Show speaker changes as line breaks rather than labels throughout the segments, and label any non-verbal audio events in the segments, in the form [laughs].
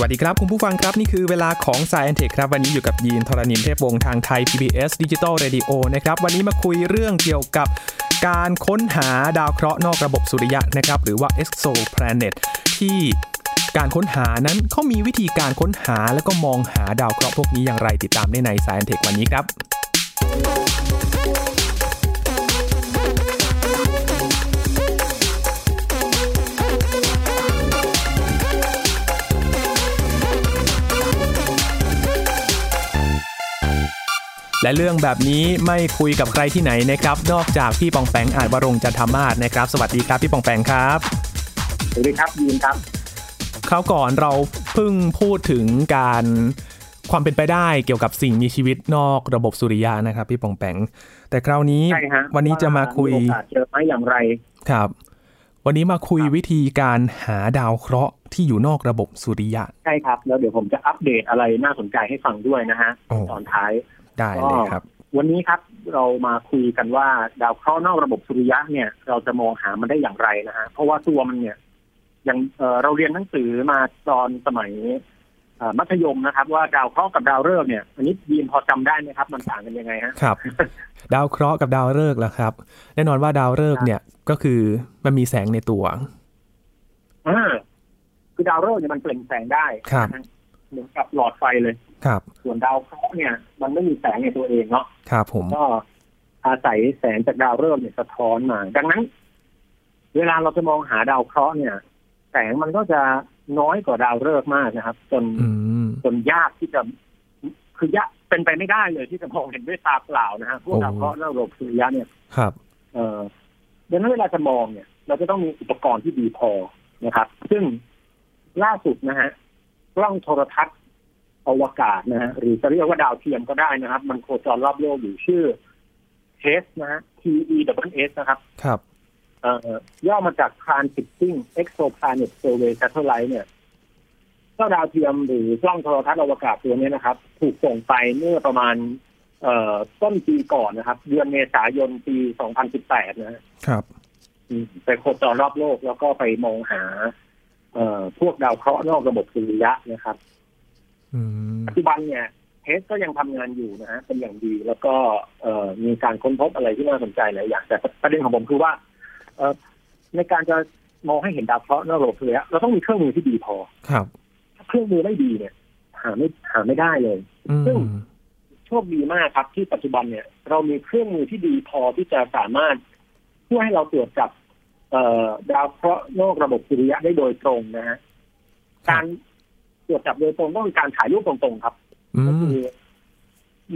วัสดีครับ คุณผู้ฟังครับ นี่คือเวลาของ s ายแอนเทคครับ วันนี้อยู่กับยีนทรณินเทพวงศ์ทางไทย PBS Digital Radio นะครับ วันนี้มาคุยเรื่องเกี่ยวกับการค้นหาดาวเคราะห์นอกระบบสุริยะนะครับ หรือว่า exoplanet ที่การค้นหานั้นเขามีวิธีการค้นหาแล้วก็มองหาดาวเคราะห์พวกนี้อย่างไรติดตามได้ใน s ายแอนเทควันนี้ครับ และเรื่องแบบนี้ไม่คุยกับใครที่ไหนนะครับ นอกจากพี่ปองแปงอาจวรงจันทมาศนะครับ สวัสดีครับพี่ปองแปงครับ
สวัสดีครับยินครับ
คราวก่อนเราเพิ่งพูดถึงการความเป็นไปได้เกี่ยวกับสิ่งมีชีวิตนอกระบบสุริยะนะครับ พี่ปองแปง แต่คราวนี้
ใช่ฮะ
วันนี้จะมาคุย
โอกาสเจอไหมอย่างไร
ครับ วันนี้มาคุย
ครับ
วิธีการหาดาวเคราะห์ที่อยู่นอกระบบสุริยะ
ใช่ครับ แล้วเดี๋ยวผมจะอัปเดตอะไรน่าสนใจให้ฟังด้วยนะฮะ
โอ้
ตอนท้าย
ได้เลยครับ
วันนี้ครับเรามาคุยกันว่าดาวเคราะห์นอกระบบสุริยะเนี่ย เราจะมองหามันได้อย่างไรนะฮะเพราะว่าตัวมันเนี่ยอย่างเอ่อเราเรียนหนังสือมาตอนสมัยเอ่อมัธยมนะครับ ว่าดาวเคราะห์กับดาวฤกษ์เนี่ย อันนี้ยีนพอจำได้ไหมครับ มันต่างกันยังไงฮะ
ครับ [laughs] ดาวเคราะห์กับดาวฤกษ์แล้วครับ แน่นอนว่าดาวฤกษ์เนี่ยก็คือมันมีแสงในตัว
อ่าคือดาวฤกษ์เนี่ยมันเปล่งแสงได้
ครับ
นะฮะเหมือนกับหลอดไฟเลย
ครับ
ส่วนดาวเคราะห์เนี่ย มันไม่มีแสงในตัวเองเนาะ
ครับผม
ก็อาศัยแสงจากดาวฤกษ์เนี่ยสะท้อนมา ดังนั้น เวลาเราจะมองหาดาวเคราะห์เนี่ย แสงมันก็จะน้อยกว่าดาวฤกษ์มากนะครับ จน
อืม
จนยากที่จะ คือยากเป็นไปไม่ได้เลยที่จะมองเห็นด้วยตาเปล่านะฮะพวก
โอ้
ดาวเคราะห์และระบบสุริยะเนี่ย
ครับ
เออดังนั้นเวลาจะมองเนี่ย เราจะต้องมีอุปกรณ์ที่ดีพอนะครับ ซึ่งล่าสุดนะฮะกล้องโทรทัศน์อวกาศนะฮะหรือจะเรียกว่าดาวเทียมก็ได้นะครับ มันโคจรรอบโลกอยู่ชื่อ t e s นะฮะ T E W S นะครับ
ครับ
เอ่อย่อมาจาก Transiting Exoplanet Survey Satellite เนี่ยเจ้าดาวเทียมหรือกล้องโทรทัศน์อวกาศตัวเนี้นะครับ ถูกส่งไปเมื่อประมาณ เอ่อต้นปีก่อนนะครับ เดือนเมษายนปี 2018 นะฮะ
ครับ
อืมไปโคจรรอบโลกแล้วก็ไปมองหา เอ่อพวกดาวเคราะห์นอกระบบสุริยะนะครับ
อืม
ปัจจุบันเนี่ยเทสก็ยังทำงานอยู่นะฮะเป็นอย่างดีแล้วก็เอ่อมีการค้นพบอะไรที่น่าสนใจหลายอย่างแต่ประเด็นของผมคือว่าเอ่อในการจะมองให้เห็นดาวเคราะห์นอกระบบสุริยะเราต้องมีเครื่องมือที่ดีพอ
ครับ
ถ้าเครื่องมือไม่ดีเนี่ย หาไม่หาไม่ได้เลย
อื
ซึ่ง
ม
โชคดีมากครับ ที่ปัจจุบันเนี่ย เรามีเครื่องมือที่ดีพอที่จะสามารถช่วยให้เราตรวจจับเอ่อดาวเคราะห์นอกระบบสุริยะได้โดยตรงนะ
ค
ฮะ
รับ
การตรวจจับโดยตรงต้องเป็นการถ่ายรูปตรงๆครับ
อื
ก็
ม
คือ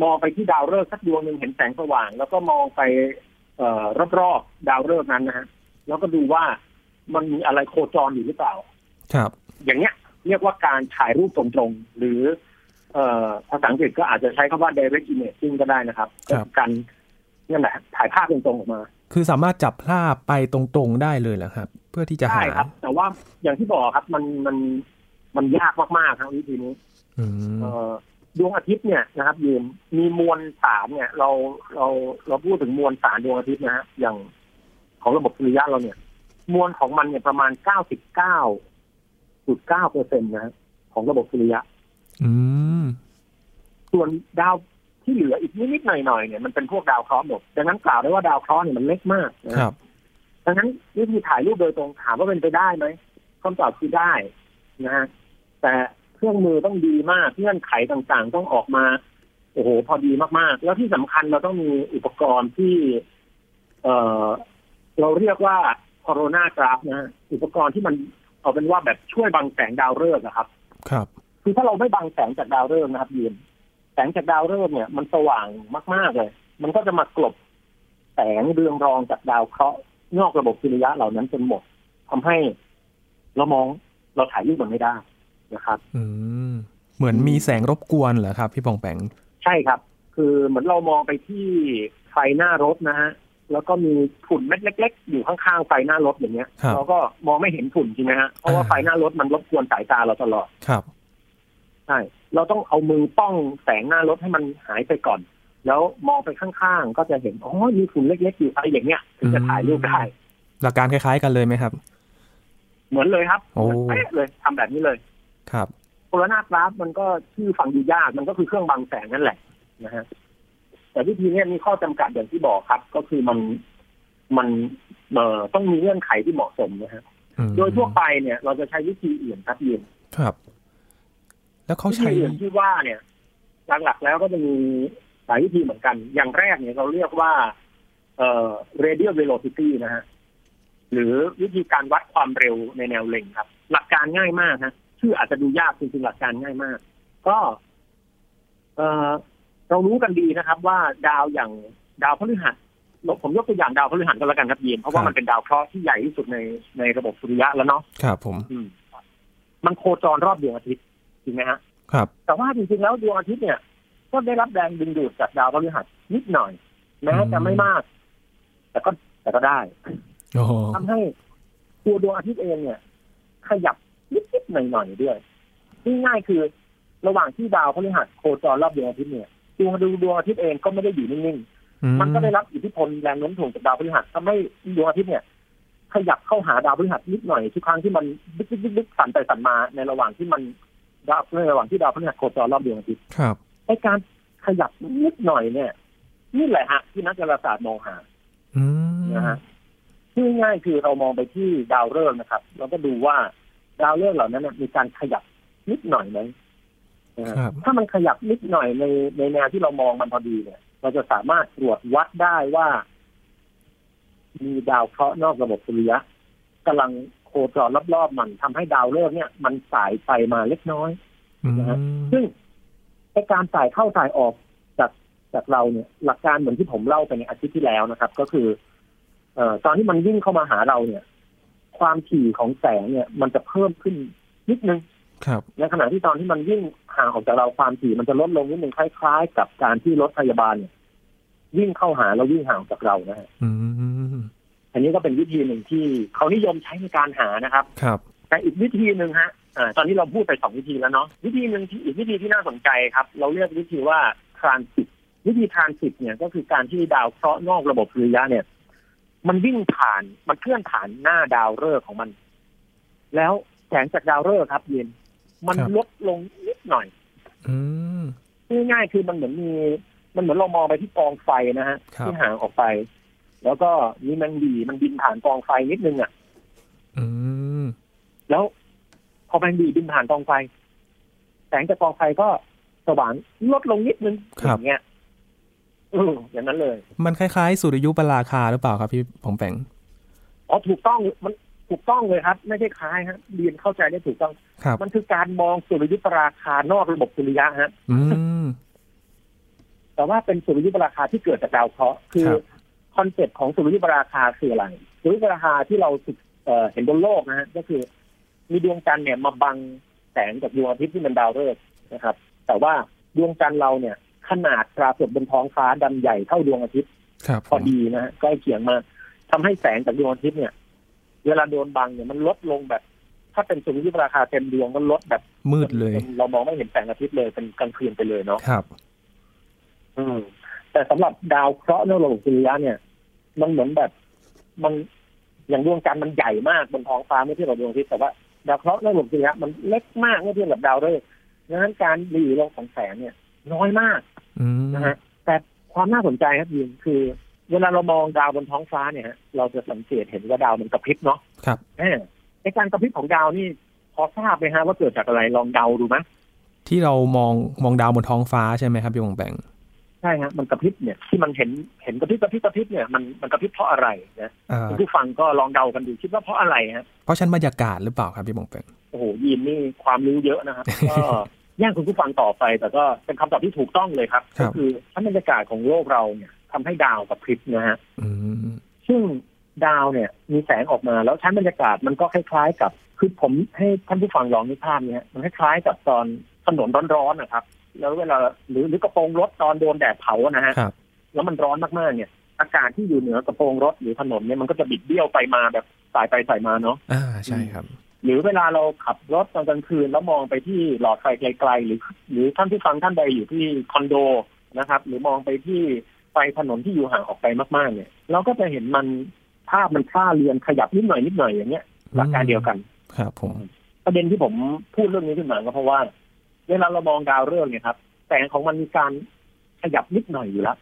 มองไปที่ดาวฤกษ์สักดวงหนึ่งเห็นแสงสว่าง แล้วก็มองไปเอ่อรอบๆดาวฤกษ์นั้นนะฮะแล้วก็ดูว่ามันมีอะไรโคจรอยู่หรือเปล่า
ครับ
อย่างเนี้ย เรียกว่าการถ่ายรูปตรงๆหรือ เอ่อภาษาอังกฤษก็อาจจะใช้คำว่า direct imaging ก็ได้นะครับ
ครับ
ก็อการนั่นแหละถ่ายภาพตรงๆออกมา
คือสามารถจับภาพไปตรงๆได้เลยเหรอครับ เพื่อที่จะ
ใช่
หา
ครับ แต่ว่าอย่างที่บอกครับมันมันมันยากมากๆครับวิธีนี้
อืม
เอ่อดวงอาทิตย์เนี่ยนะครับยืนมีมวลสารเนี่ย เราเราเราพูดถึงมวลสารดวงอาทิตย์นะฮะอย่างของระบบสุริยะเราเนี่ย มวลของมันเนี่ยประมาณ 99.9เปอร์เซ็นต์นะฮะของระบบสุริยะ
อืม
ส่วนดาวที่เหลืออีกนิดๆหน่อยๆเนี่ยมันเป็นพวกดาวเคราะห์หมดดังนั้นกล่าวได้ว่าดาวเคราะห์เนี่ยมันเล็กมาก
ค
นะฮะ
รับ
ดังนั้นวิธีถ่ายรูปโดยตรงถามว่าเป็นไปได้ไหมคำตอบคือได้นะฮะแต่เครื่องมือต้องดีมากเงื่อนไขต่างๆ ต้องออกมา โอ้โห พอดีมากๆ แล้วที่สำคัญเราต้องมีอุปกรณ์ที่ เออเราเรียกว่าโคโรนากราฟนะฮะอุปกรณ์ที่มันเอาเป็นว่าแบบช่วยบังแสงดาวฤกษ์นะครับ
ครับ
คือถ้าเราไม่บังแสงจากดาวฤกษ์นะครับยีนแสงจากดาวฤกษ์เนี่ย มันสว่างมาก ๆเลย มันก็จะมากลบแสงเรืองรองจากดาวเคราะห์นอกระบบสุริยะเหล่านั้นจนหมดทำให้เรามองเราถ่ายรูปมันไม่ได้นะครับ
อืม เหมือนมีแสงรบกวนเหรอครับ พี่ปองแปง
ใช่ครับ คือเหมือนเรามองไปที่ไฟหน้ารถนะฮะแล้วก็มีฝุ่นเม็ดเล็ก ๆ อยู่ข้างๆไฟหน้ารถอย่างเงี้ย
ครับ
เราก็มองไม่เห็นฝุ่นจริงไหมฮะเพราะว่า
อ่า
ไฟหน้ารถมันรบกวนสายตาเราตลอด
ครับ
ใช่ เราต้องเอามือป้องแสงหน้ารถให้มันหายไปก่อน แล้วมองไปข้างๆ ก็จะเห็น อ๋อ มีฝุ่นเล็กๆ อยู่อะไรอย่างเงี้ย ถึงจะถ่ายรูปได้
หลักการคล้ายๆกันเลยไหมครับ
เหมือนเลยครับ
โอ้
เหมือนเป๊ะเลยทำแบบนี้เลย
ครับ
โลนาร์กราฟมันก็ชื่อฟังดูยากมันก็คือเครื่องบังแสงนั่นแหละนะฮะแต่วิธีเนี้ยมีข้อจำกัดอย่างที่บอกครับ ก็คือมันมันเอ่อต้องมีเงื่อนไขที่เหมาะสมนะฮะ
อืม
โดยทั่วไปเนี่ย เราจะใช้วิธีอื่นครับยืน
ครับ แล้วเขา
วิธี
ใช้
อื่นที่ว่าเนี่ยหลักๆแล้วก็จะมีหลายวิธีเหมือนกัน อย่างแรกเนี่ยเราเรียกว่า เอ่อ radial velocity นะฮะ หรือวิธีการวัดความเร็วในแนวเล็งครับ หลักการง่ายมากฮะชื่ออาจจะดูยากจริงๆหลักการง่ายมาก ก็ เอ่อเรารู้กันดีนะครับ ว่าดาวอย่างดาวพฤหัสผมยกตัวอย่างดาวพฤหัสก็แล้วกันครับยีนเพราะว่ามันเป็นดาวเคราะห์ที่ใหญ่ที่สุดในในระบบสุริยะแล้วเนาะ
ครับผม
อืม มันโคจรรอบดวงอาทิตย์จริงไหมฮะ
ครับ
แต่ว่าจริงๆ แล้วดวงอาทิตย์เนี่ยก็ได้รับแรงดึงดูดจากดาวพฤหัสนิดหน่อย แม้จะไม่มาก แต่ก็แต่ก็ได้
โอ้โห
ทำให้ตัวดวงอาทิตย์เองเนี่ย ขยับนิดๆหน่อยๆด้วยง่ายๆคือ ระหว่างที่ดาวพฤหัสโคจรรอบดวงอาทิตย์เนี่ยดวงดวงดวงอาทิตย์เองก็ไม่ได้อยู่นิ่ง
อื
ๆมันก็ได้รับอิทธิพลแรงโน้มถ่วงจากดาวพฤหัสทำให้ดวงอาทิตย์เนี่ย ขยับเข้าหาดาวพฤหัสนิดหน่อยทุกครั้งที่มันดึกๆๆๆสั่นไปสั่นมาในระหว่างที่มันดาวในระหว่างที่ดาวพฤหัสโคจรรอบดวงอาทิตย์
ครับ
ไอการขยับนิดหน่อยเนี่ย นี่แหละฮะที่นักดาราศาสตร์มองหา
อืม
นะฮะชื่อง่ายคือเรามองไปที่ดาวฤกษ์นะครับ เราก็ดูว่าดาวฤกษ์เหล่านั้นนะมีการขยับนิดหน่อยไหมนะฮะ
ครับ
ถ้ามันขยับนิดหน่อยในในแนวที่เรามองมันพอดีเนี่ย เราจะสามารถตรวจวัดได้ว่า มีดาวเคราะห์นอกระบบสุริยะกำลังโคจรรอบๆมันทำให้ดาวฤกษ์เนี่ย มันสายไปมาเล็กน้อย
อืม
นะฮะ ซึ่งไอการจ่ายเข้าจ่ายออกจากจากเราเนี่ย หลักการเหมือนที่ผมเล่าไปในอาทิตย์ที่แล้วนะครับ ก็คือ เอ่อตอนที่มันวิ่งเข้ามาหาเราเนี่ย ความถี่ของแสงเนี่ย มันจะเพิ่มขึ้นนิดนึง
ครับ
ในขณะที่ตอนที่มันวิ่งห่างออกจากเราความถี่มันจะลดลงนิดนึงคล้าย ๆ กับการที่รถพยาบาลเนี่ยวิ่งเข้าหาแล้ววิ่งห่างออกจากเรานะฮะ
อืม
อันนี้ก็เป็นวิธีหนึ่งที่เขานิยมใช้ในการหานะครับ
ครับ
แต่อีกวิธีหนึ่งฮะเอ่อตอนนี้เราพูดไปสองวิธีแล้วเนาะ วิธีหนึ่งที่อีกวิธีที่น่าสนใจครับ เราเรียกวิธีว่าทรานสิตวิธีทรานสิตเนี่ยก็คือการที่ดาวเคราะห์นอกระบบสุริยะเนี่ย มันวิ่งผ่าน มันเคลื่อนผ่านหน้าดาวฤกษ์ของมัน แล้วแสงจากดาวฤกษ์ครับเย็นมัน
ครับ
ลดลงนิดหน่อย
อืม
ง่ายๆคือมันเหมือนมีมันเหมือนเรามองไปที่กองไฟนะฮะ
ครับ
ที่ห่างออกไป แล้วก็มีแมงดีมันบินผ่านกองไฟนิดนึงอ่ะ
อืม
แล้วพอแมงดีบินผ่านกองไฟ แสงจากกองไฟก็สว่างลดลงนิดนึงอย่างเงี้ยอืออย่างนั้นเลย
มันคล้ายๆสุริยุปราคาหรือเปล่าครับพี่ผมแปง
อ๋อถูกต้องมันถูกต้องเลยครับ ไม่ใช่คล้ายฮะเรียนเข้าใจได้ถูกต้อง
ครับ
มันคือการมองสุริยุปราคานอกระบบสุริยะฮะ
อืม
แต่ว่าเป็นสุริยุปราคาที่เกิดจากดาวเคราะห์คือ
ครับ
คอนเซ็ปต์ของสุริยุปราคาคืออะไรสุริยุปราคาที่เราศึกเอ่อเห็นบนโลกนะฮะก็คือ มีดวงจันทร์เนี่ยมาบังแสงจากดวงอาทิตย์ที่เป็นดาวฤกษ์นะครับ แต่ว่าดวงจันทร์เราเนี่ย ขนาดปรากฏบนท้องฟ้าดำใหญ่เท่าดวงอาทิตย์
ครับ
พ
ผ
อ
ม
ดีนะฮะใกล้เคียงมากทำให้แสงจากดวงอาทิตย์เนี่ย เวลาโดนบังเนี่ยมันลดลงแบบ ถ้าเป็นสุริยุปราคาเต็มดวงก็ลดแบบ
มืดเลย
จนเรามองไม่เห็นแสงอาทิตย์เลยเป็นกลางคืนไปเลยเนาะ
ครับ
อืมแต่สำหรับดาวเคราะห์นอกระบบสุริยะเนี่ย มันเหมือนแบบมันอย่างดวงจันทร์มันใหญ่มากบนท้องฟ้าเมื่อเทียบกับดวงอาทิตย์แต่ว่าดาวเคราะห์นอกระบบสุริยะมันเล็กมากเมื่อเทียบกับดาวฤกษ์ดังนั้นการหลีลงของแสงเนี่ย น้อยมาก
อืม
นะฮะแต่ความน่าสนใจครับยินคือ เวลาเรามองดาวบนท้องฟ้าเนี่ยฮะเราจะสังเกตเห็นว่าดาวมันกระพริบเนาะ
ครับ
เออในการกระพริบของดาวนี่พอทราบไหมฮะว่าเกิดจากอะไรลองเดาดูไหม
ที่เรามองมองดาวบนท้องฟ้าใช่ไหมครับพี่ผมแปง
ใช่ฮะมันกระพริบเนี่ยที่มันเห็นเห็นกระพริบกระพริบกระพริบเนี่ยมันมันกระพริบเพราะอะไรนะ
อ่า
คุณผู้ฟังก็ลองเดากันดูคิดว่าเพราะอะไรฮะ
เพราะชั้นบรรยากาศหรือเปล่าครับพี่ผมแปง
โอ้โหยีนนี่ความรู้เยอะ [laughs] นะครับก็แย่งคุณผู้ฟังต่อไป แต่ก็เป็นคำตอบที่ถูกต้องเลยครับ ก็คือชั้นบรรยากาศของโลกเราเนี่ยทำให้ดาวกับพริบนะฮะ
อืม
ซึ่งดาวเนี่ย มีแสงออกมาแล้วชั้นบรรยากาศมันก็คล้าย ๆ กับคือผมให้ท่านผู้ฟังลองนึกภาพเนี่ยมันคล้ายๆกับตอนถนนร้อนๆนะครับ แล้วเวลาหรือหรือกระโปรงรถตอนโดนแดดเผานะฮะ
ครับ
แล้วมันร้อนมากๆเนี่ย อากาศที่อยู่เหนือกระโปรงรถหรือถนนเนี่ยมันก็จะบิดเบี้ยวไปมาแบบสายไปสายมาเนาะ
อ่าใช่ครับ
หรือเวลาเราขับรถตอนกลางคืนแล้วมองไปที่หลอดไฟไกลๆหรือ หรือท่านที่ฟังท่านใดอยู่ที่คอนโดนะครับ หรือมองไปที่ไฟถนนที่อยู่ห่างออกไปมากๆ เนี่ย เราก็จะเห็นมันภาพมันคล้าเรือนขยับนิดหน่อยนิดหน่อยอย่างเงี้ยหลักการเดียวกัน
ครับผม
ประเด็นที่ผมพูดเรื่องนี้ขึ้นมาก็เพราะว่า เวลาเรามองดาวฤกษ์เนี่ยครับ แสงของมันมีการขยับนิดหน่อยอยู่แล้ว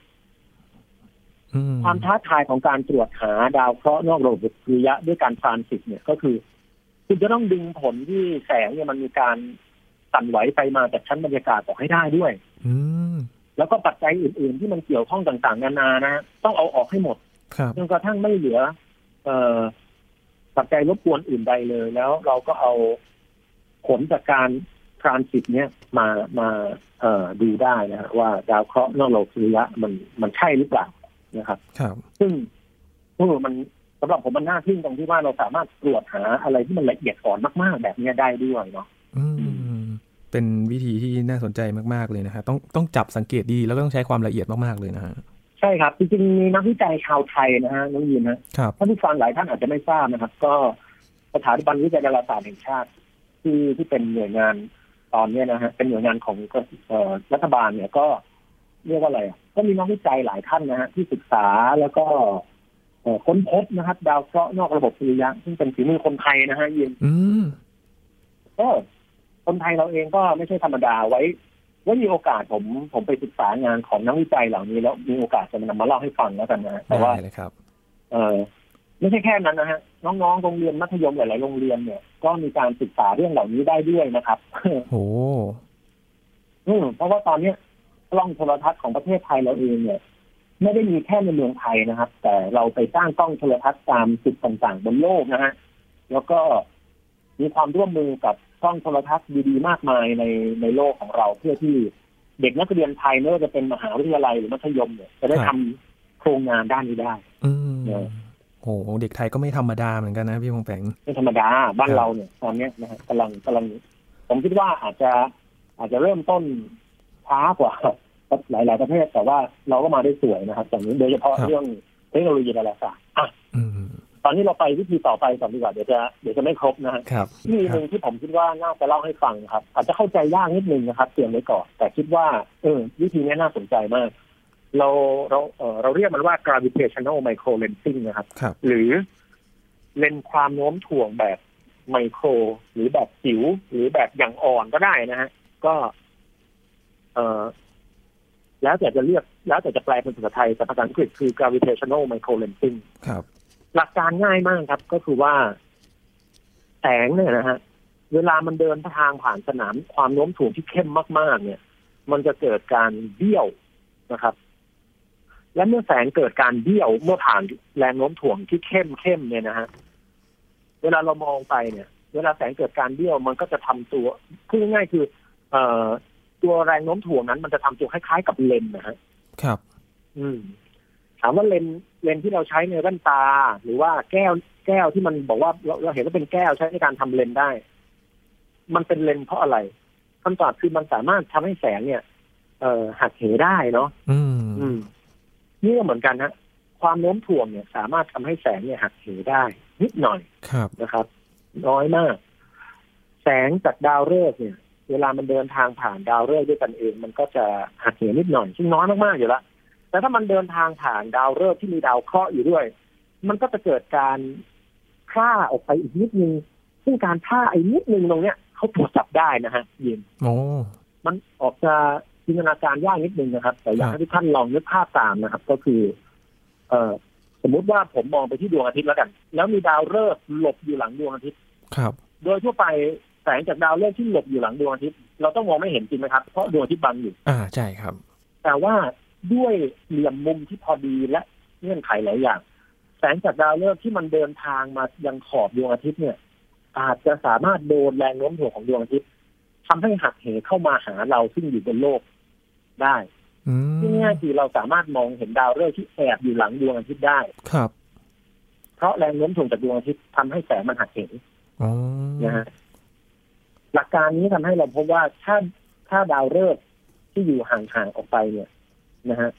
อื
ความท้าทายของการตรวจหาดาวเคราะห์นอกระบบสุริยะด้วยการทรานสิตเนี่ยก็คือ คุณจะต้องดึงผลที่แสงเนี่ยมันมีการสั่นไหวไปมาจากชั้นบรรยากาศออกให้ได้ด้วย
อืม
แล้วก็ปัจจัยอื่น ๆ ที่มันเกี่ยวข้องต่าง ๆ นานานะฮะต้องเอาออกให้หมด
ครับ
จนกระทั่งไม่เหลือ เอ่อปัจจัยรบกวนอื่นใดเลย แล้วเราก็เอาผลจากการทรานสิตเนี่ยมามาเอ่อดูได้นะฮะว่าดาวเคราะห์นอกโลกสุริยะมันมันใช่หรือเปล่านะครับ
ครับ
ซึ่งโอ้โหมันสำหรับผมมันน่าทึ่งตรงที่ว่าเราสามารถตรวจหาอะไรที่มันละเอียดอ่อนมากๆ แบบเนี้ยได้ด้วยเนาะ
อืม เป็นวิธีที่น่าสนใจมาก ๆ เลยนะฮะต้องต้องจับสังเกตดีแล้วก็ต้องใช้ความละเอียดมาก ๆ เลยนะฮะ
ใช่ครับจริงๆมีนักวิจัยชาวไทยนะฮะน้องยินนะครับ ท่านผู้ฟังหลายท่านอาจจะไม่ทราบนะครับ ก็สถาบันวิจัยดาราศาสตร์แห่งชาติ ที่ที่เป็นหน่วยงานตอนเนี้ยนะฮะเป็นหน่วยงานของกระเอ่อรัฐบาลเนี่ยก็เรียกว่าอะไรอ่ะก็มีนักวิจัยหลายท่านนะฮะที่ศึกษาแล้วก็เอ่อค้นพบนะครับ ดาวเคราะห์นอกระบบสุริยะซึ่งเป็นฝีมือคนไทยนะฮะยิน
อืม
ก็คนไทยเราเองก็ไม่ใช่ธรรมดาไว้ไว่ามีโอกาสผมผมไปศึกษางานของนักวิจัยเหล่านี้แล้วมีโอกาสจะมานำมาเล่าให้ฟังแล้วกันนะฮะแต่ว่า
ได้เลยครับ
เออไม่ใช่แค่นั้นนะฮะ น้องๆโรงเรียนมัธยมหลายๆโรงเรียนเนี่ย ก็มีการศึกษาเรื่องเหล่านี้ได้ด้วยนะครับ
โห
อืมเพราะว่าตอนเนี้ยกล้องโทรทัศน์ของประเทศไทยเราเองเนี่ย ไม่ได้มีแค่ในเมืองไทยนะครับ แต่เราไปสร้างกล้องโทรทัศน์ตามจุดต่างๆบนโลกนะฮะแล้วก็มีความร่วมมือกับกล้องโทรทัศน์ดีๆมากมายในในโลกของเรา เพื่อที่เด็กนักเรียนไทยไม่ว่าจะเป็นมหาวิทยาลัยหรือมัธยมเนี่ยจะได้
ค
ทำ
รับ
โครงงานด้านนี้ได้
อืม
เออ
โห เด็กไทยก็ไม่ธรรมดาเหมือนกันนะพี่พงแปง
ไม่ธรรมดาบ้าน
ครับ
เราเนี่ยตอนเนี้ยนะฮะกำลังกำลัง ผมคิดว่าอาจจะอาจจะเริ่มต้นช้ากว่า [laughs] หลาย ๆ ประเทศ แต่ว่าเราก็มาได้สวยนะครับตอนนี้โดยเฉพาะเรื่องเทคโนโลยีดาราศาสตร์อ่ะ
อืม
ตอนนี้เราไปวิธีต่อไปก่อนดีกว่าเดี๋ยวจะเดี๋ยวจะไม่ครบนะฮะ
ครับ
วิธีหนึ่งที่ผมคิดว่าน่าจะเล่าให้ฟังครับ อาจจะเข้าใจยากนิดนึงนะครับเตรียมไว้ก่อนแต่คิดว่าเออวิธีนี้น่าสนใจมาก เราเราเออเราเรียกมันว่า gravitational micro lensing นะครับ
ครับ
หรือเลนส์ความโน้มถ่วงแบบไมโคร หรือแบบจิ๋วหรือแบบอย่างอ่อนก็ได้นะฮะ ก็ เออแล้วแต่จะเรียก แล้วแต่จะแปลเป็นภาษาไทยแต่ภาษาอังกฤษคือ gravitational micro lensing
ครับ
หลักการง่ายมากครับ ก็คือว่า แสงเนี่ยนะฮะ เวลามันเดินทางผ่านสนามความโน้มถ่วงที่เข้มมาก ๆ เนี่ย มันจะเกิดการเบี้ยวนะครับ และเมื่อแสงเกิดการเบี้ยวเมื่อผ่านแรงโน้มถ่วงที่เข้มเข้มๆเนี่ยนะฮะเวลาเรามองไปเนี่ย เวลาแสงเกิดการเบี้ยวมันก็จะทำตัวคือง่ายๆคือ เอ่อ ตัวแรงโน้มถ่วงนั้น มันจะทำตัวคล้ายๆกับเลนส์นะฮะ
ครับ
อืมถามว่าเลนส์เลนส์ที่เราใช้ในแว่นตา หรือว่าแก้วแก้วที่มันบอกว่าเราเราเห็นว่าเป็นแก้วใช้ในการทำเลนส์ได้ มันเป็นเลนส์เพราะอะไรคำตอบคือมันสามารถทำให้แสงเนี่ย เอ่อหักเหได้เนาะ
อืม
อืม นี่ก็เหมือนกันฮะความโน้มถ่วงเนี่ย สามารถทำให้แสงเนี่ยหักเหได้ นิดหน่อย
ครับ
นะครับ น้อยมาก แสงจากดาวฤกษ์เนี่ย เวลามันเดินทางผ่านดาวฤกษ์ด้วยกันเอง มันก็จะหักเหนิดหน่อยซึ่งน้อยมากๆอยู่ละแต่ถ้ามันเดินทางผ่านดาวฤกษ์ที่มีดาวเคราะห์อยู่ด้วย มันก็จะเกิดการพร่าออกไปอีกนิดนึง ซึ่งการพร่าไอ้นิดนึงตรงเนี้ยเขาตรวจจับได้นะฮะยิน
โอ้
มันออกจะจินตนาการยากนิดนึงนะครับ แต่อยากให้ทุกท่านลองนึกภาพตามนะครับ ก็คือ เออสมมุติว่าผมมองไปที่ดวงอาทิตย์แล้วกัน แล้วมีดาวฤกษ์หลบอยู่หลังดวงอาทิตย์
ครับ
โดยทั่วไปแสงจากดาวฤกษ์ที่หลบอยู่หลังดวงอาทิตย์เราต้องมองไม่เห็นจริงไหมครับเพราะดวงอาทิตย์บังอยู่
อ่า ใช่ครับ
แต่ว่าด้วยเหลี่ยมมุมที่พอดีและเงื่อนไขหลายอย่าง แสงจากดาวฤกษ์ที่มันเดินทางมายังขอบดวงอาทิตย์เนี่ย อาจจะสามารถโดนแรงโน้มถ่วงของดวงอาทิตย์ทำให้หักเหเข้ามาหาเราซึ่งอยู่บนโลกได้
อืม
ง่ายๆคือเราสามารถมองเห็นดาวฤกษ์ที่แอบอยู่หลังดวงอาทิตย์ได้
ครับ
เพราะแรงโน้มถ่วงจากดวงอาทิตย์ทำให้แสงมันหักเห
อ๋อ
นะฮะหลักการนี้ทำให้เราพบว่าถ้าถ้าดาวฤกษ์ที่อยู่ห่างๆออกไปเนี่ยนะฮะ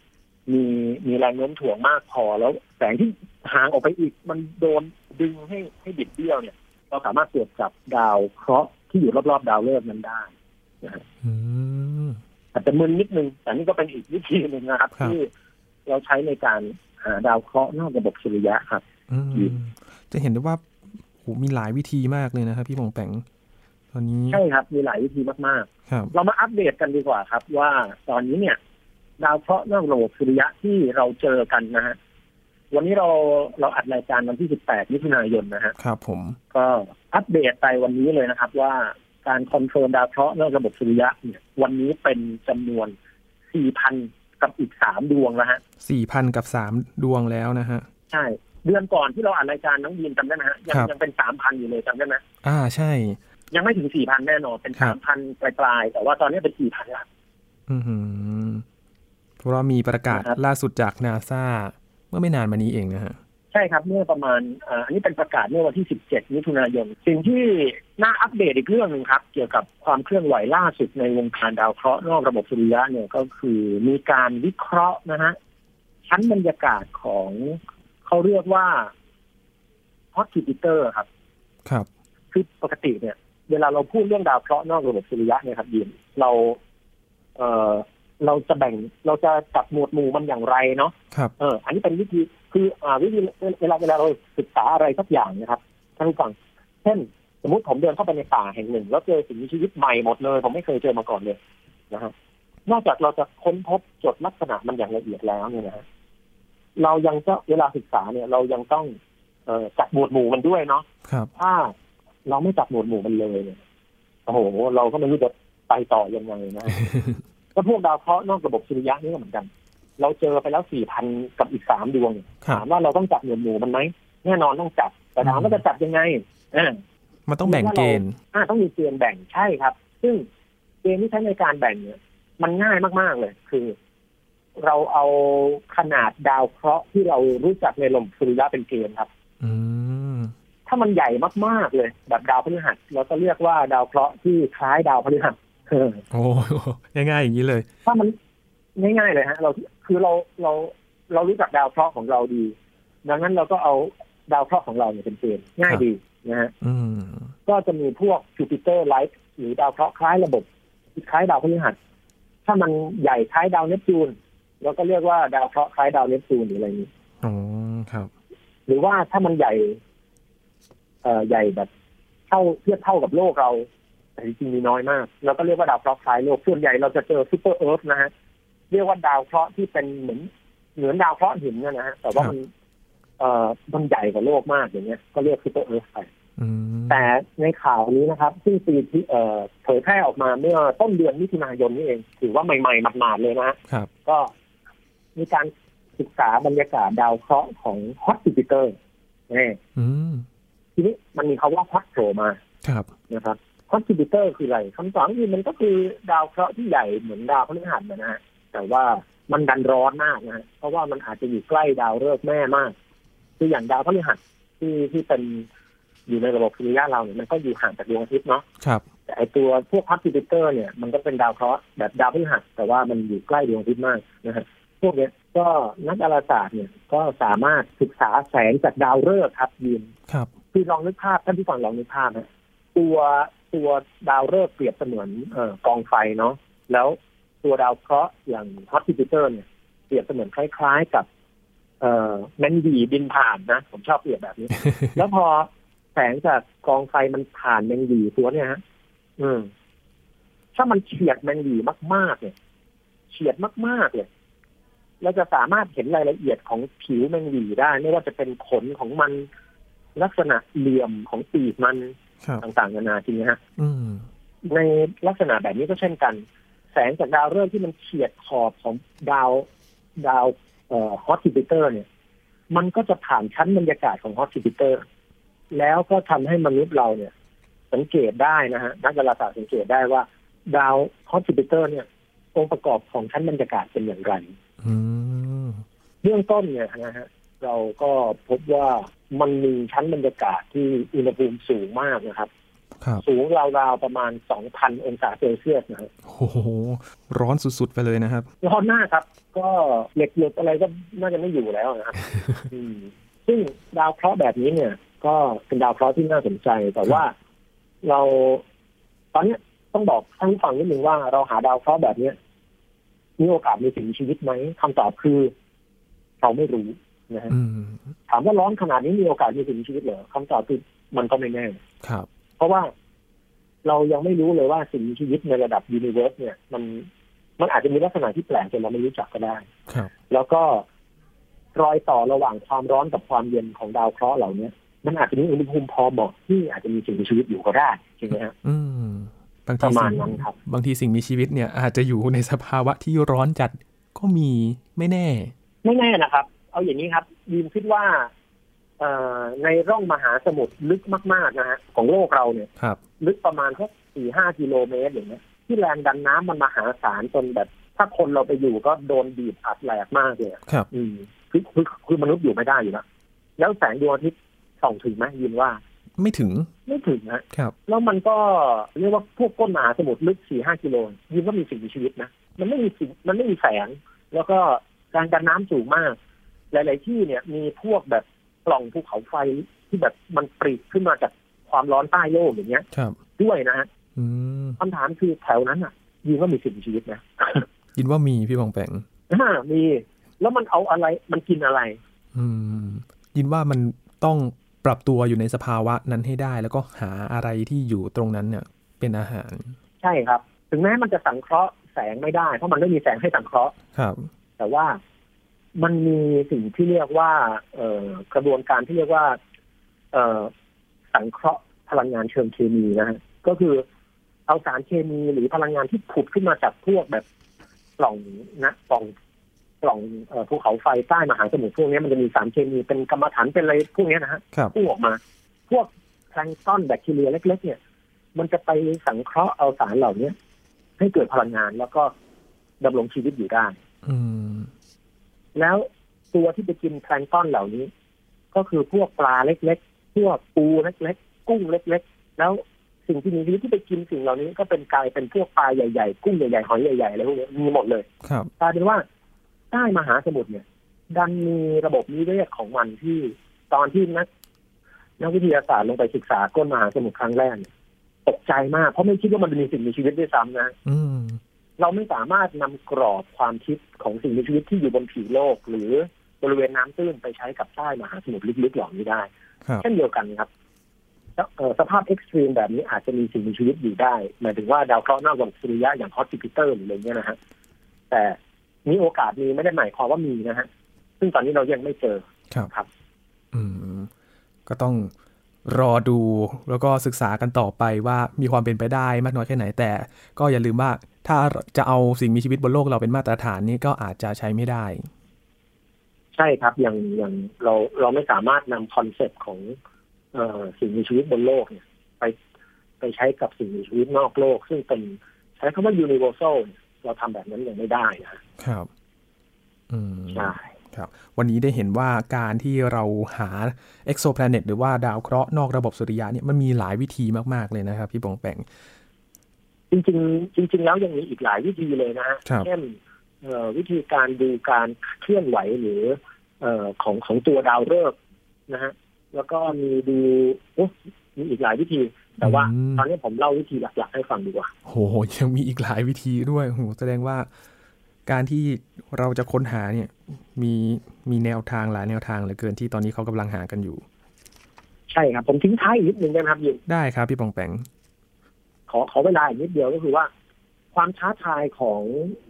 มีมีแรงโน้มถ่วงมากพอแล้ว แสงที่ห่างออกไปอีก มันโดนดึงให้ให้บิดเบี้ยวเนี่ย เราสามารถตรวจจับดาวเคราะห์ที่อยู่รอบๆดาวฤกษ์นั้นได้
อืม
อาจจะมึนนิดนึง แต่นี่ก็เป็นอีกวิธีหนึ่งนะครับ
ครับ
ที่เราใช้ในการหาดาวเคราะห์นอกระบบสุริยะครับ
อืม จะเห็นได้ว่าโหมีหลายวิธีมากเลยนะครับพี่พงแปง ตอนนี้
ใช่ครับมีหลายวิธีมาก
ครับ
ๆ เรามาอัปเดตกันดีกว่าครับ ว่าตอนนี้เนี่ย ดาวเคราะห์นอกระบบสุริยะที่เราเจอกันนะฮะวันนี้เราเราอัดรายการวันที่ 18 มิถุนายนนะฮะ
ครับผม
ก็อัปเดตไปวันนี้เลยนะครับ ว่าการคอนโทรลดาวเคราะห์นอกระบบสุริยะเนี่ย วันนี้เป็นจำนวน 4,000 กับอีก 3 ดวงแล้วฮะ
สี่พันกับสามดวงแล้วนะฮะ
ใช่ เดือนก่อนที่เราอ่านรายการน้องยีนจำได้ไหมฮะยัง
ครับ
ยังเป็น 3,000 อยู่เลยจำได้ไหม
อ่าใช่
ยังไม่ถึง 4,000 แน่นอนเป็น
ครับ
3,000ปลายๆแต่ว่าตอนนี้เป็น 4,000ละ
อือหือเพราะว่ามีประกาศ
นะครับ
ล่าสุดจากนาซาเมื่อไม่นานมานี้เองนะฮะ
ใช่ครับเมื่อประมาณอ่าอันนี้เป็นประกาศเมื่อวันที่ 17 มิถุนายน สิ่งที่น่าอัปเดตอีกเรื่องหนึ่งครับ เกี่ยวกับความเคลื่อนไหวล่าสุดในวงการดาวเคราะห์นอกระบบสุริยะเนี่ยก็คือมีการวิเคราะห์นะฮะชั้นบรรยากาศของเขาเรียกว่าฮอตคิปิเตอร์ครับ
ครับ
คือปกติเนี่ย เวลาเราพูดเรื่องดาวเคราะห์นอกระบบสุริยะเนี่ยครับยินเรา เออเราจะแบ่งเราจะจัดหมวดหมู่มันอย่างไรเนาะ
ครับ
เอออันนี้เป็นวิธีคืออ่าวิธีเวลาเวลาเราศึกษาอะไรสักอย่างนะครับท่านผู้ฟังเช่น สมมติผมเดินเข้าไปในป่าแห่งหนึ่ง แล้วเจอสิ่งมีชีวิตใหม่หมดเลย ผมไม่เคยเจอมาก่อนเลยนะฮะนอกจากเราจะค้นพบจดลักษณะมันอย่างละเอียดแล้วเนี่ยนะฮะเรายังจะเวลาศึกษาเนี่ย เรายังต้องเอ่อจัดหมวดหมู่มันด้วยเนาะ
ครับ
ถ้าเราไม่จับหมวดหมู่มันเลยเนี่ยโอ้โห เราก็ไม่รู้จะไปต่อยังไงนะ ก็พวกดาวเคราะห์นอกระบบสุริยะนี่ก็เหมือนกัน เราเจอไปแล้วสี่พันกับอีกสามดวงเนี่ย
ครับ
ถามว่าเราต้องจับหมวดหมู่มันไหมแน่นอนต้องจับ แต่ถามว่าจะจับยังไงอ่า
มันต้องแบ่งเกณฑ์
อ่าต้องมีเกณฑ์แบ่งใช่ครับ ซึ่งเกณฑ์ที่ใช้ในการแบ่งเนี่ย มันง่ายมากๆเลย คือ เราเอาขนาดดาวเคราะห์ที่เรารู้จักในระบบสุริยะเป็นเกณฑ์ครับ
อืม
ถ้ามันใหญ่มากๆเลย แบบดาวพฤหัสเราก็เรียกว่าดาวเคราะห์ที่คล้ายดาวพฤหัส [laughs] เออ
โอ้ [laughs] ง่ายๆอย่างนี้เลย
ถ้ามันง่ายๆเลยฮะ เราคือเราเราเรารู้จักดาวเคราะห์ของเราดี ดังนั้นเราก็เอาดาวเคราะห์ของเราเนี่ยเป็นเกณฑ์ง่ายดีนะฮะ
อืม
ก็จะมีพวกจูปิเตอร์ไลท์หรือดาวเคราะห์คล้ายระบบคล้ายดาวพฤหัส ถ้ามันใหญ่คล้ายดาวเนปจูนเราก็เรียกว่าดาวเคราะห์คล้ายดาวเนปจูนหรืออะไรนี้
อ๋อ ครับ
หรือว่าถ้ามันใหญ่ เอ่อใหญ่แบบเท่าเทียบเท่ากับโลกเรา แต่จริงๆมีน้อยมากเราก็เรียกว่าดาวเคราะห์คล้ายโลกส่วนใหญ่เราจะเจอซูเปอร์เอิร์ธนะฮะเรียกว่าดาวเคราะห์ที่เป็นเหมือนเหมือนดาวเคราะห์หินเนี่ยนะฮะแต่ว่ามัน เอ่อมันใหญ่กว่าโลกมากอย่างเงี้ย ก็เรียกซูเปอร์เอิร์ธไป
อืม
แต่ในข่าวนี้นะครับ ซึ่งปีที่เอ่อเผยแพร่ออกมาเมื่อต้นเดือนมิถุนายนนี่เอง ถือว่าใหม่ๆหมาดๆเลยนะฮะ
ครับ
ก็มีการศึกษาบรรยากาศดาวเคราะห์ของฮอต j ิ p ิเตอร์
อืม
ทีนี้มันมีคำว่าฮอตโผล่มา
ครับ
นะครับฮอต j ิ p ิเตอร์คืออะไรคำตอบก็คือมันก็คือดาวเคราะห์ที่ใหญ่เหมือนดาวพฤหัสนะฮะแต่ว่ามันดันร้อนมากนะฮะเพราะว่ามันอาจจะอยู่ใกล้ดาวฤกษ์แม่มาก คืออย่างดาวพฤหัสที่ที่เป็นอยู่ในระบบสุริยะเราเนี่ยมันก็อยู่ห่างจากดวงอาทิตย์เนาะ
ครับ
แต่ไอตัวพวกพับจูปิเตอร์เนี่ยมันก็เป็นดาวเคราะห์แบบดาวพฤหัสแต่ว่ามันอยู่ใกล้ดวงอาทิตย์มากนะฮะพวกเนี้ยก็นักดาราศาสตร์เนี่ยก็สามารถศึกษาแสงจากดาวฤกษ์ครับยิน
ครับ
คือลองนึกภาพท่านผู้ฟังลองนึกภาพนะตัวตัวดาวฤกษ์เปรียบเสมือนเอ่อกองไฟเนาะแล้วตัวดาวเคราะห์อย่างพับจูปิเตอร์เนี่ยเปรียบเสมือนคล้าย ๆกับ เอ่อแมนดีบินผ่านนะ ผมชอบเปรียบแบบนี้ แล้วพอแสงจากกองไฟมันผ่านแมงหยีตัวเนี่ยฮะ อืม ถ้ามันเฉียดแมงหยีมาก ๆ เนี่ย เฉียดมาก ๆ เลยเราจะสามารถเห็นรายละเอียดของผิวแมงหยีได้ ไม่ว่าจะเป็นขนของมันลักษณะเหลี่ยมของปีกมัน
ครับ
ต่างๆนานาจริงไหมฮะ
อืม
ในลักษณะแบบนี้ก็เช่นกัน แสงจากดาวฤกษ์ที่มันเฉียดขอบของดาวดาวฮอต j ิ p ิเตอร์เนี่ย มันก็จะผ่านชั้นบรรยากาศของฮอต j ิ p ิเตอร์แล้วก็ทำให้มนุษย์เราเนี่ย สังเกตได้นะฮะนักดาราศาสตร์สังเกตได้ว่า ดาวฮอต j ิ p ิเตอร์เนี่ยองค์ประกอบของชั้นบรรยากาศเป็นอย่างไร
อืม
เรื่องต้นเนี่ยนะฮะเราก็พบว่ามันมีชั้นบรรยากาศที่อุณหภูมิสูงมากนะครับ
ครับ
สูงราวๆประมาณ 2,000 องศาเซลเซียสนะฮะ
โอ้โห ร้อนสุดๆไปเลยนะครับ
ร้อนมากครับ ก็เหล็กหลุดอะไรก็น่าจะไม่อยู่แล้ว
[laughs]
นะครับ อืมซึ่งดาวเคราะห์แบบนี้เนี่ย ก็เป็นดาวเคราะห์ที่น่าสนใจ แต่ว่าเราตอนเนี้ยต้องบอกท่านผู้ฟังนิดนึงว่าเราหาดาวเคราะห์แบบเนี้ยมีโอกาสมีสิ่งมีชีวิตไหมคำตอบคือ เราไม่รู้นะฮะ
อืม
ถามว่าร้อนขนาดนี้มีโอกาสมีสิ่งมีชีวิตเหรอคำตอบคือมันก็ไม่แน่
ครับ
เพราะว่า เรายังไม่รู้เลยว่าสิ่งมีชีวิตในระดับยูนิเว s ร์สเนี่ย มันมันอาจจะมีลักษณะที่แปลกจนเราไม่รู้จักก็ได้
ครับ
แล้วก็รอยต่อระหว่างความร้อนกับความเย็นของดาวเคราะห์เหล่าเนี้ยมันอาจจะมีอุณหภูมิพอเหมาะที่อาจจะมีสิ่งมีชีวิตอยู่ก็ได้จริงไหมฮะ
อืมบาง
ป
ที
ระมาณ
สิ่ง
นั้นครับ
บางทีสิ่งมีชีวิตเนี่ย อาจจะอยู่ในสภาวะที่ร้อนจัดก็มีไม่แน่
ไม่แน่นะครับ เอาอย่างนี้ครับยิมคิดว่าเอ่อในร่องมหาสมุทรลึกมาก ๆ นะฮะของโลกเราเนี่ย
ครับ
ลึกประมาณแค่สี่ห้ากิโลเมตรอย่างเงี้ยที่แรงดันน้ำมันมหาศาลจนแบบ ถ้าคนเราไปอยู่ก็โดนบีบอัดแหลกมากเลยอะ
ครับ
อืมคือคือคือมนุษย์อยู่ไม่ได้อยู่แล้วแล้วแสงดวงอาทิตย์ส่องถึงไหมยินว่า
ไม่ถึง
ไม่ถึงฮะ
ครับ
แล้วมันก็เรียกว่าพวกก้นมหาสมุทรลึกสี่ห้ากิโลยินว่ามีสิ่งมีชีวิตนะ มันไม่มีสิ่งมันไม่มีแสง แล้วก็การกันน้ำสูงมาก หลาย ๆ ที่เนี่ยมีพวกแบบปล่องภูเขาไฟที่แบบมันปรีขึ้นมาจากความร้อนใต้โลกอย่างเงี้ย
ครับ
ด้วยนะฮะ
อืม
คำถามคือแถวนั้นอ่ะยินว่ามีสิ่งมีชีวิตนะ [laughs]
ยินว่ามีพี่บองแปง
อ่ามี แล้วมันเอาอะไรมันกินอะไร
อืม ยินว่ามันต้องปรับตัวอยู่ในสภาวะนั้นให้ได้ แล้วก็หาอะไรที่อยู่ตรงนั้นเนี่ย เป็นอาหาร
ใช่ครับ ถึงแม้มันจะสังเคราะห์แสงไม่ได้เพราะมันไม่มีแสงให้สังเคราะห์
ครับ
แต่ว่ามันมีสิ่งที่เรียกว่า เอ่อกระบวนการที่เรียกว่า เอ่อสังเคราะห์พลังงานเชิงเคมีนะฮะก็คือเอาสารเคมีหรือพลังงานที่ผุดขึ้นมาจากพวกแบบปล่องนะปล่องปล่องเอ่อภูเขาไฟใต้มหาสมุทรพวกนี้มันจะมีสารเคมีเป็นกรรมฐานเป็นอะไรพวกนี้นะฮะ
ครับ
พุ่งออกมา พวกแพลงก์ต้อนแบคทีเรียเล็ก ๆ เนี่ย มันจะไปสังเคราะห์เอาสารเหล่านี้ให้เกิดพลังงานแล้วก็ดำรงชีวิตอยู่ได้
อืม
แล้วตัวที่ไปกินแพลงก์ต้อนเหล่านี้ ก็คือพวกปลาเล็กๆ พวกปูเล็กๆ กุ้งเล็กๆ แล้วสิ่งที่มีชีวิตที่ไปกินสิ่งเหล่านี้ก็เป็นกลายเป็นพวกปลาใหญ่ๆ กุ้งใหญ่ๆ หอยใหญ่ๆ อะไรพวกนี้มีหมดเลย
ครับ
กลายเป็นว่าใต้มหาสมุทรเนี่ย ดันมีระบบนิเวศของมันที่ตอนที่นักนักวิทยาศาสตร์ลงไปศึกษาก้นมหาสมุทรครั้งแรกเนี่ยตกใจมากเพราะไม่คิดว่ามันมีสิ่งมีชีวิตด้วยซ้ำนะ
อืม
เราไม่สามารถนำกรอบความคิดของสิ่งมีชีวิตที่อยู่บนผิวโลก หรือบริเวณน้ำตื้นไปใช้กับใต้มหาสมุทรลึกๆเหล่านี้ได้
ครับ
เช่นเดียวกันครับแล้วเอ่อสภาพเอ็กซ์ตรีมแบบนี้อาจจะมีสิ่งมีชีวิตอยู่ได้หมายถึงว่าดาวเคราะห์นอกระบบสุริยะอย่างฮอตจิปิเตอร์หรืออะไรเงี้ยนะฮะแต่มีโอกาสมีไม่ได้หมายความว่ามีนะฮะซึ่งตอนนี้เรายังไม่เจอ
ครับ
ครับ
อืม ก็ต้องรอดูแล้วก็ศึกษากันต่อไปว่ามีความเป็นไปได้มากน้อยแค่ไหนแต่ ก็อย่าลืมว่าถ้าจะเอาสิ่งมีชีวิตบนโลกเราเป็นมาตรฐานนี่ก็อาจจะใช้ไม่ได้
ใช่ครับอย่างอย่างเราเราไม่สามารถนำคอนเซปต์ของเออสิ่งมีชีวิตบนโลกเนี่ย ไปไปใช้กับสิ่งมีชีวิตนอกโลก ซึ่งเป็นใช้คำว่า universal เนี่ยเราทำแบบนั้นยังไม่ได้นะครับ
อืม
ใช่
ครับวันนี้ได้เห็นว่าการที่เราหา exoplanet หรือว่าดาวเคราะห์นอกระบบสุริยะเนี่ยมันมีหลายวิธีมาก ๆ เลยนะครับ พี่ปองแปง
จริงๆ จริง ๆ แล้วยังมีอีกหลายวิธีเลยนะฮะ
ครับ
เช่นเอ่อวิธีการดูการเคลื่อนไหวหรือเออของของตัวดาวฤกษ์นะฮะแล้วก็มีดูโอ้มีอีกหลายวิธี แต่ว่าตอนนี้ผมเล่าวิธีหลักๆ ให้ฟังดีกว่า
โหยังมีอีกหลายวิธีด้วยโหแสดงว่าการที่เราจะค้นหาเนี่ย มีมีแนวทางหลายแนวทางเหลือเกินที่ตอนนี้เขากำลังหากันอยู่
ใช่ครับผมทิ้งท้ายอีกนิดนึงนะครับยิน
ได้ครับพี่ปองแปง
ขอขอเวลาอีกนิดเดียวก็คือว่า ความท้าทายของ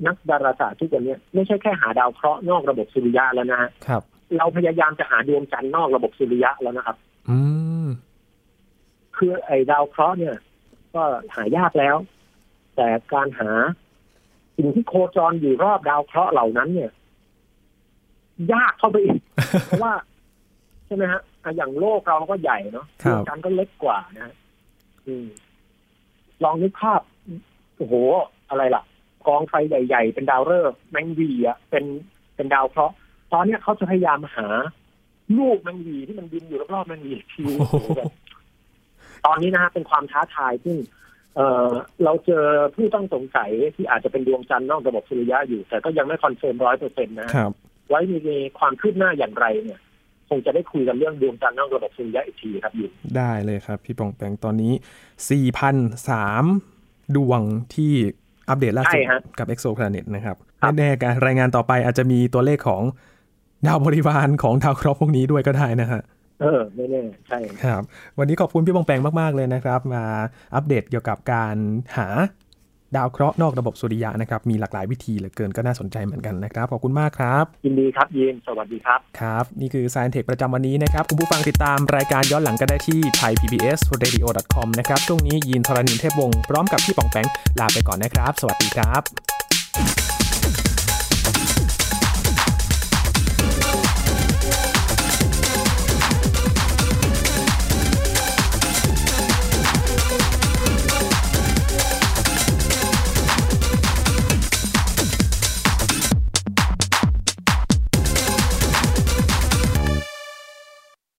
นักดาราศาสตร์ทุกวันเนี้ไม่ใช่แค่หาดาวเคราะห์นอกระบบสุริยะแล้วนะฮะ
ครับ
เราพยายามจะหาดวงจันทร์นอกระบบสุริยะแล้วนะครับ
อืม
คือไอ้ดาวเคราะห์เนี่ย ก็หายากแล้ว แต่การหาสิ่งที่โคจรอยู่รอบดาวเคราะห์เหล่านั้น เนี่ย ยากเข้าไปอีก เพราะว่า ใช่ไหมฮะอ่ะอย่างโลกเราก็ใหญ่เนาะดวงจันทร์ก็เล็กกว่านะฮะอืม ลองนึกภาพโอ้โห อะไรล่ะ กองไฟใหญ่ ๆ เป็นดาวฤกษ์แมงวีอ่ะเป็นเป็นดาวเคราะห์ตอนเนี้ยเขาจะพยายามหาลูกแมงวีที่มันบินอยู่รอบๆแมงวีอีกทีโอ้โหแบบ ตอนนี้นะฮะเป็นความท้าทายซึ่งเออเราเจอผู้ต้องสงสัยที่อาจจะเป็นดวงจันทร์นอกระบบสุริยะอยู่ แต่ก็ยังไม่คอนเฟิร์มร้อยเปอร์เซ็นต์นะฮะ
ครับ
ไว้มีความคืบหน้าอย่างไรเนี่ย คงจะได้คุยกันเรื่องดวงจันทร์นอกระบบสุริยะอีกทีครับอยู่
ได้เลยครับ พี่ปองแปงตอนนี้ 4,003 ดวงที่อัปเดตล่าสุดกับ Exoplanet นะครับแน่ๆการ [laughs] รายงานต่อไปอาจจะมีตัวเลขของดาวบริวารของดาวเคราะห์พวกนี้ด้วยก็ได้นะฮะ
เออไม่แน่ใช่
ครับ วันนี้ขอบคุณพี่บงแปงมาก ๆ เลยนะครับ มาอัปเดตเกี่ยวกับการหาดาวเคราะห์นอกระบบสุริยะนะครับ มีหลากหลายวิธีเหลือเกินก็น่าสนใจเหมือนกันนะครับ ขอบคุณมากครับ
ยินดีครับยีนสวัสดีครับ
ครับ นี่คือ Science Tech ประจำวันนี้นะครับ คุณผู้ฟังติดตามรายการย้อนหลังกันได้ที่ thaipbsradio.com นะครับ ช่วงนี้ยินทรณินเทพวงศ์พร้อมกับพี่ปองแปงลาไปก่อนนะครับ สวัสดีครับ